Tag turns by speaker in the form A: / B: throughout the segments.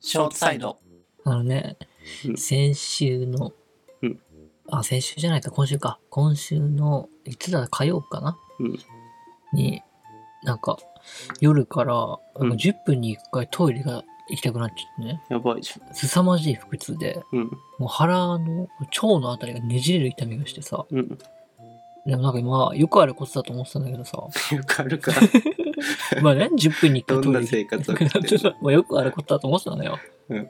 A: ショートサイド。
B: あのね、
A: うん
B: 先週の、
A: うん
B: あ、先週じゃないか、今週か。今週の、いつだ、火曜かな、
A: うん
B: に、なんか、夜から、
A: ん
B: 10分に1回トイレが行きたくなっちゃってね、
A: やばいじ
B: 凄まじい腹痛で、
A: ゃん。うん。
B: もう腹の、腸のあたりがねじれる痛みがしてさ、
A: うん。
B: でもなんか今、よくあることだと思ってたんだけどさ、
A: よくあるか。
B: まあね、10分に1回
A: どん
B: トイレ
A: な生活を送
B: ちょっ
A: ってる
B: と まあよくあることだと思ってたのよ。
A: うん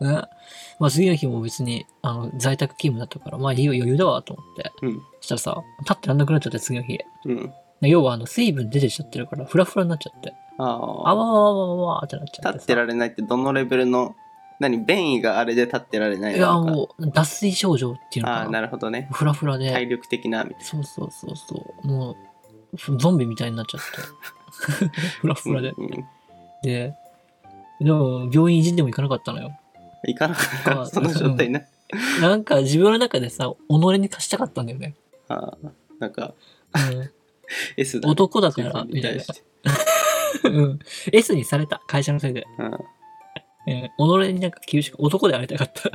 B: ね。まあ次の日も別にあの在宅勤務だったから、まあいいよ余裕だわと思って。
A: うん。
B: そしたらさ、立ってらんなくなっちゃって次の日。
A: うん。
B: で要はあの水分出てきちゃってるからフラフラになっちゃって。あ
A: ああ。
B: わあわあわあわあってなっちゃってさ。
A: 立ってられないってどのレベルの、何、便意があれで立ってられない
B: いや
A: のか。
B: もう脱水症状っていうの
A: ああ
B: か
A: ー、
B: な。
A: なるほどね。
B: フラフラで。
A: 体力的な、みたい
B: そうそうそうそう。もうゾンビみたいになっちゃって。 フラフラ
A: な。
B: で。
A: うんうん
B: で、でも病院一時でも行かなかったのよ。
A: いかなかった
B: あ
A: ら、その状態な。
B: なんか自分の中でさ、己に貸したかったんだよね。
A: ああ。なんか、
B: うん
A: S だね。
B: 男だか
A: 自
B: ら、
A: 分
B: み
A: に
B: た
A: 対
B: いな
A: して。。
B: うん。S にされた、会社のせいで。
A: うん。
B: うん己になんか厳しく、男でありたかった。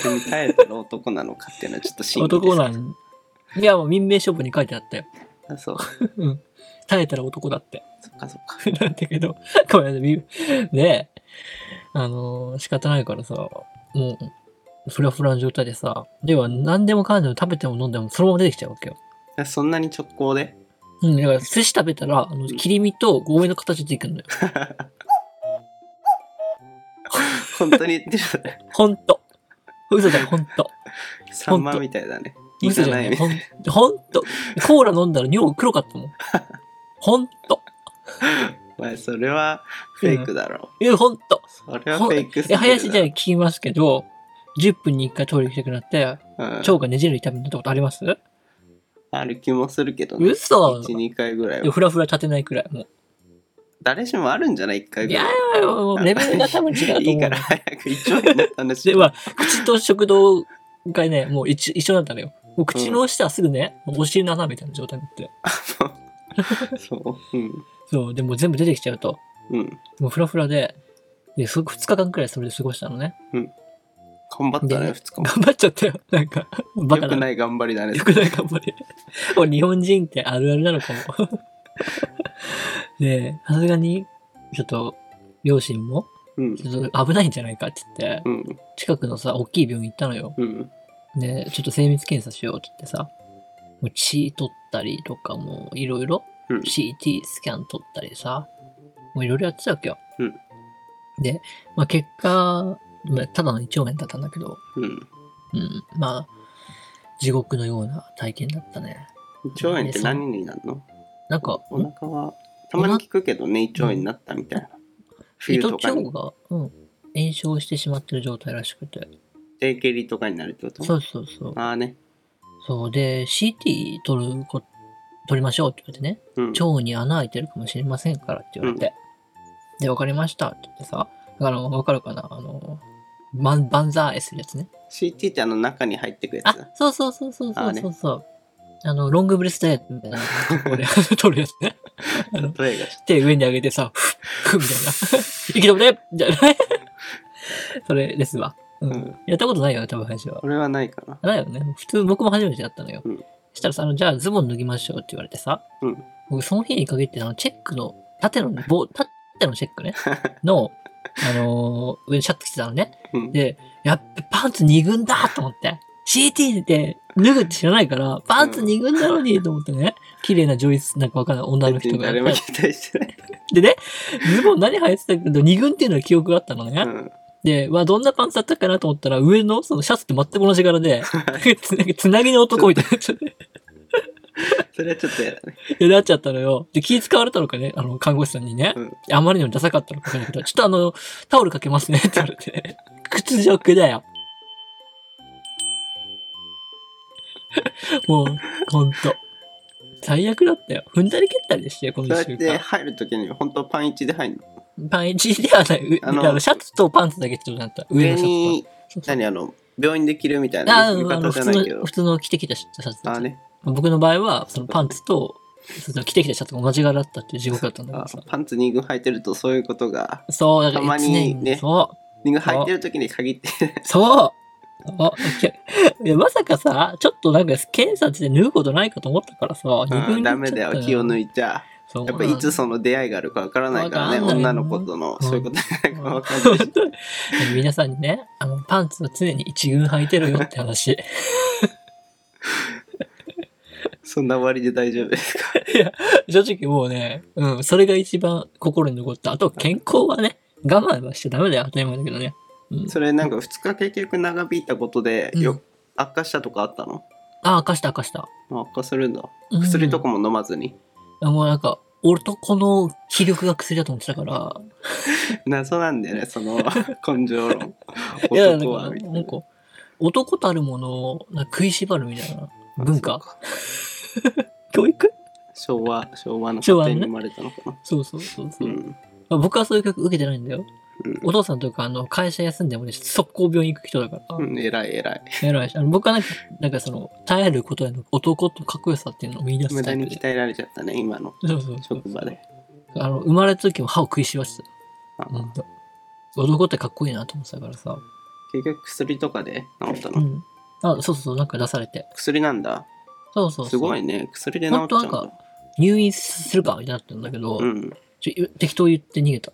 A: それに耐えたら男なのかっていうのはちょっと心配
B: 男なん。いや、もう民命処分に書いてあったよ。
A: あ、そう。
B: うん。耐えたら男だって。
A: そっかそっか。
B: なんだけど、ごめんなさいみ。で、あのー仕方ないからさ、もう、フラフラの状態でさ、では何でもかんでも食べても飲んでもそのまま出てきちゃうわけよ。
A: えそんなに直行で
B: うん、だから寿司食べたら、あの切り身とゴミの形でいくんだよ。
A: 本当に言 ってる。
B: ほんと。嘘だよ、 ほんと。
A: サンマみたいだね。い
B: 嘘
A: か
B: じゃ
A: な
B: ないい。
A: みたい
B: ほんほんと。コーラ飲んだら尿黒かったもん。ほんと。
A: お前それはフェイクだろ。
B: いや、ほんと。
A: それはフェイクすぎるだ
B: え、
A: ろ
B: 林じゃん聞きますけど、10分に1回トイレ行きたくなって、
A: うん
B: 腸がねじれる痛みになったことあります
A: ある気もするけどね。
B: 嘘
A: 1、2回ぐらい
B: いや
A: は。
B: ふらふら立てないくらい。も
A: 誰しもあるんじゃない ?1 回
B: うい
A: ぐら
B: や
A: い。
B: ーもうレベルが多分違うと思う。
A: いいから早く一応になったんで
B: で、まあ、口と食道がね、もう一一緒だったのよ。もう口の下はすぐね、もうお尻の穴みたいな状態になって。
A: そう。うん。
B: そう、でもう全部出てきちゃうと。
A: うん。
B: もうフラフラで、で、そ2日間くらいそれで過ごしたのね。
A: 頑張ったね、
B: で
A: 2日も。
B: 頑張っちゃったよ。な んか、
A: よ
B: バカ
A: く
B: だな。
A: ない頑張りだね
B: よ。くない頑張り。 もう日本人ってあるあるなのかも。 で、さすがに、ちょっと、両親も、
A: うん。
B: ちょっと危ないんじゃないかって言って
A: う、ん。
B: 近くのさ、大きい病院行ったのよ。
A: うん。
B: で、ちょっと精密検査しようって言ってさ、もう血取ったりとかもういろいろ、
A: うん
B: CT スキャン取ったりさ、もういろいろやってたわけよ。
A: うん
B: で、まあ結果、まあただの一応面だったんだけど、
A: うん。
B: うん、まあ、地獄のような体験だったね。
A: 胃腸炎って何になるの
B: なんか、
A: お腹は、たまに聞くけどね、胃腸炎になったみたいな。冬
B: 糸
A: と
B: 腸
A: かに、
B: が、うん、炎症してしまってる状態らしくて。
A: 低下痢とかになるってこと
B: そうそうそう。
A: ああね。
B: そう、で、CT 取るこ、取りましょうって言われてね。
A: うん。
B: 腸に穴開いてるかもしれませんからって言われて、で、わかりましたって言ってさ、あの、わかるかなあの、バン、バンザーイするやつね。
A: CT ってあの中に入ってくや
B: あ
A: つだ。、
B: そうそうそうそう
A: あ
B: そ
A: ー
B: う
A: ね
B: そうそう。あの、ロングブレスダイエットみたいな、これ、取るやつね。あの、
A: 例えがちょっ
B: 手上に上げてさ、ふっ、ふっみたいな。 息止めてみたいな。 それですわ。うん。
A: うん
B: やったことないよね、多分、林は
A: と。こ。れはないかな。
B: ないよね。普通、僕も初めてやったのよ。
A: うん
B: そしたらさ、あの、じゃあズボン脱ぎましょうって言われてさ、
A: うん
B: 僕その日に限って、あの、チェックの、縦の、 棒、縦のチェックね、の、あのー上にシャツ着てたのね。
A: うん。
B: で、やっぱパンツ二軍だと思って。CT で脱ぐって知らないから、パンツ二軍なのにと思ってね、綺麗な女優、なんかわかんない女の
A: 別
B: 人
A: に
B: が。
A: 誰も期待してない。
B: でね、ズボン何履いてたけど、二軍っていうのは記憶があったのね。
A: うん。
B: で、まあ、どんなパンツだったかなと思ったら、上のそのシャツって全く同じ柄で、つなぎつなぎの男みたいになっち ゃって
A: それはちょっとやだね。
B: でなっちゃったのよ。で、気使われたのかね、あの、看護師さんにね。
A: うん
B: あまりにもダサかったのかわかんないけど、ちょっとあの、タオルかけますねって言われて、 屈辱だよ。 もう、ほんと。最悪だったよ。踏んだり蹴ったりでして、この
A: そうや
B: 一
A: っ
B: 週
A: て
B: 間。
A: 入るときに、本当パン1で入るの。
B: パン1ではない。う
A: あ
B: あ
A: の
B: のシャツとパンツだけってことになった。上
A: 上
B: のシャツ
A: に、
B: と。そうそう
A: 何あの、病院で着るみたい
B: あ
A: な
B: あ
A: 言い
B: の
A: 方
B: 普
A: じ
B: 通
A: ゃないけ
B: の
A: ど
B: 普。通の着てきたシャツ
A: あ
B: だ
A: あね。
B: 僕の場合は、そのパンツと、そしたら着てきたシャツが同じ柄だったっていう地獄だったんだけ
A: あ
B: どさ。
A: パンツ2軍履いてるとそういうことが、
B: そう、だから
A: たまに
B: 一年
A: ね
B: そう。
A: 2軍履いてる時に限って、
B: そうおいやいやまさかさ、ちょっとなんか検査して脱ぐことないかと思ったからさ、
A: うん、ダメだよ、気を抜
B: い
A: いちゃ。
B: そう
A: やっぱいつその出会いがあるかわからないからね、
B: わかん
A: 女
B: ない
A: の子との、そういうことなんかわかん ない。
B: 皆さんにね、あの、パンツは常に一軍履いてるよって話。い
A: そんな割で大丈夫 ですか
B: や、正直もうね、うん、それが一番心に残った。あと、健康はね、我慢はしちゃダメだよ、当たり前だけどね。うん、
A: それなんか2日結局長引いたことでよ、
B: うん
A: 悪化したとかあったの
B: あ、明かした明かした。
A: あ悪化するんだ。
B: うん
A: 薬とかも飲まずに。
B: もうなんか、男の気力が薬だと思ってたから、
A: 謎なんだよね、そ の根性論。
B: いや、なん
A: 男は
B: か、
A: みたい
B: な。
A: なん
B: か男たるものをなんか食いしばるみたいな文
A: あ
B: 化
A: そうか。
B: 教育
A: 昭和、昭和の家
B: 昭和
A: 庭
B: のね
A: に生まれたのかな。
B: そうそうそうそうう、
A: ん。
B: まあ僕はそういう教育受けてないんだよ。
A: うん
B: お父さんとか、あの、会社休んでもね、速攻病院行く人だから、
A: うん、偉い偉い。
B: 偉いし、あの僕はなんか、なんかその、耐えることへの男とかっこよさっていうのを見出す
A: 無
B: タ
A: 駄
B: イプ
A: に
B: で。
A: 鍛えられちゃったね、今の
B: そうそうそう
A: 職場で。
B: あの、生まれた時も歯を食いしばして
A: あ
B: た。ほんと男ってかっこいいなと思ってたからさ。
A: 結局薬とかで治った
B: う
A: の。
B: ん。あ、そうそうそう、なんか出されて。
A: 薬なんだ。
B: そうそうそう。
A: すごいね。薬で治っちゃうん
B: 本当なん
A: だ。
B: 入院するかみたいになったんだけど、
A: うん。
B: ちょ適当言って逃げた。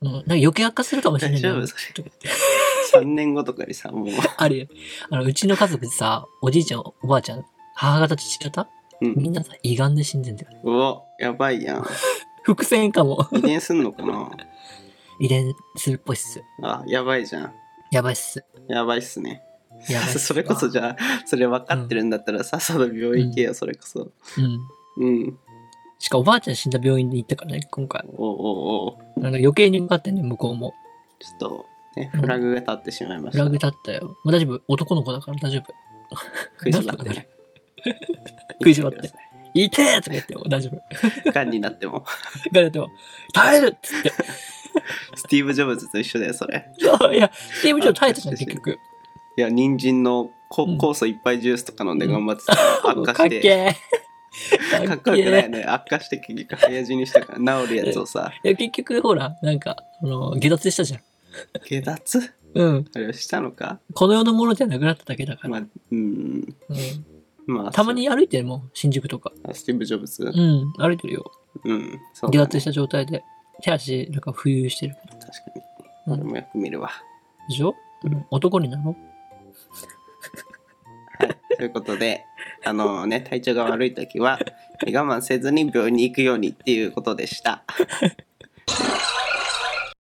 B: うん、なんか余計悪化するかもしれない
A: 大
B: じゃ
A: 丈
B: ん
A: 夫。それ。3年後とかにさ、もう。
B: あるよ。あの、うちの家族でさ、おじいちゃん、おばあちゃん、母方、父方、
A: う
B: み
A: ん。
B: んなさ、胃がんで死んでんだよね。
A: うわ、やばいやん。
B: 伏線かも。
A: 遺伝すんのかな
B: 遺伝するっぽいっす。
A: あ、やばいじゃん。
B: やばいっす。
A: やばいっすね。
B: やばいっすわ。
A: それこそじゃあ、それ分かってるんだったら、さっさと病院行けよ、それこそ。
B: うん。
A: うん。
B: しかもおばあちゃん死んだ病院に行ったからね、今回。
A: おうおうおう
B: あの余計に向かってね、向こうも。
A: ちょっと、ね、
B: うん
A: フラグが立ってしまいました。
B: フラグ立ったよ。まあ、大丈夫。男の子だから大丈夫。
A: 食いしばってね。
B: 食 いしばって。痛えとか言っても大丈夫。
A: がんになっても。
B: ガレットも、耐えるっつって。
A: スティーブ・ジョブズと一緒だよ、それ。
B: そういや、スティーブ・ジョブズ耐えてたん結局。
A: いや、人参のこ
B: うん
A: 酵素いっぱいジュースとか飲んで頑張ってたら悪化
B: かっ
A: し
B: け
A: て。
B: え。
A: か
B: か
A: っ
B: っ
A: こ
B: こ
A: よくないよ
B: え。
A: ね。悪化して結局早死にしたから治るやつをさ、
B: いや、結局、ほら、なんか、あの、下脱したじゃん。
A: 下脱
B: うん。
A: あれをしたのか
B: この世のものじゃなくなっただけだから。
A: まあ、うん。
B: うん、
A: まあ、
B: たまに歩いてるもん、新宿とか。
A: そう。スティーブ・ジョブズ
B: うん、歩いてるよ。
A: うん。そう
B: 下
A: だね、
B: 脱した状態で。手足、なんか浮遊してる。
A: 確かに。
B: うん
A: 俺もよく見るわ。
B: でしょ、うん、男になろう
A: ということで、あのね、体調が悪いときは、え我慢せずに病院に行くようにっていうことでした。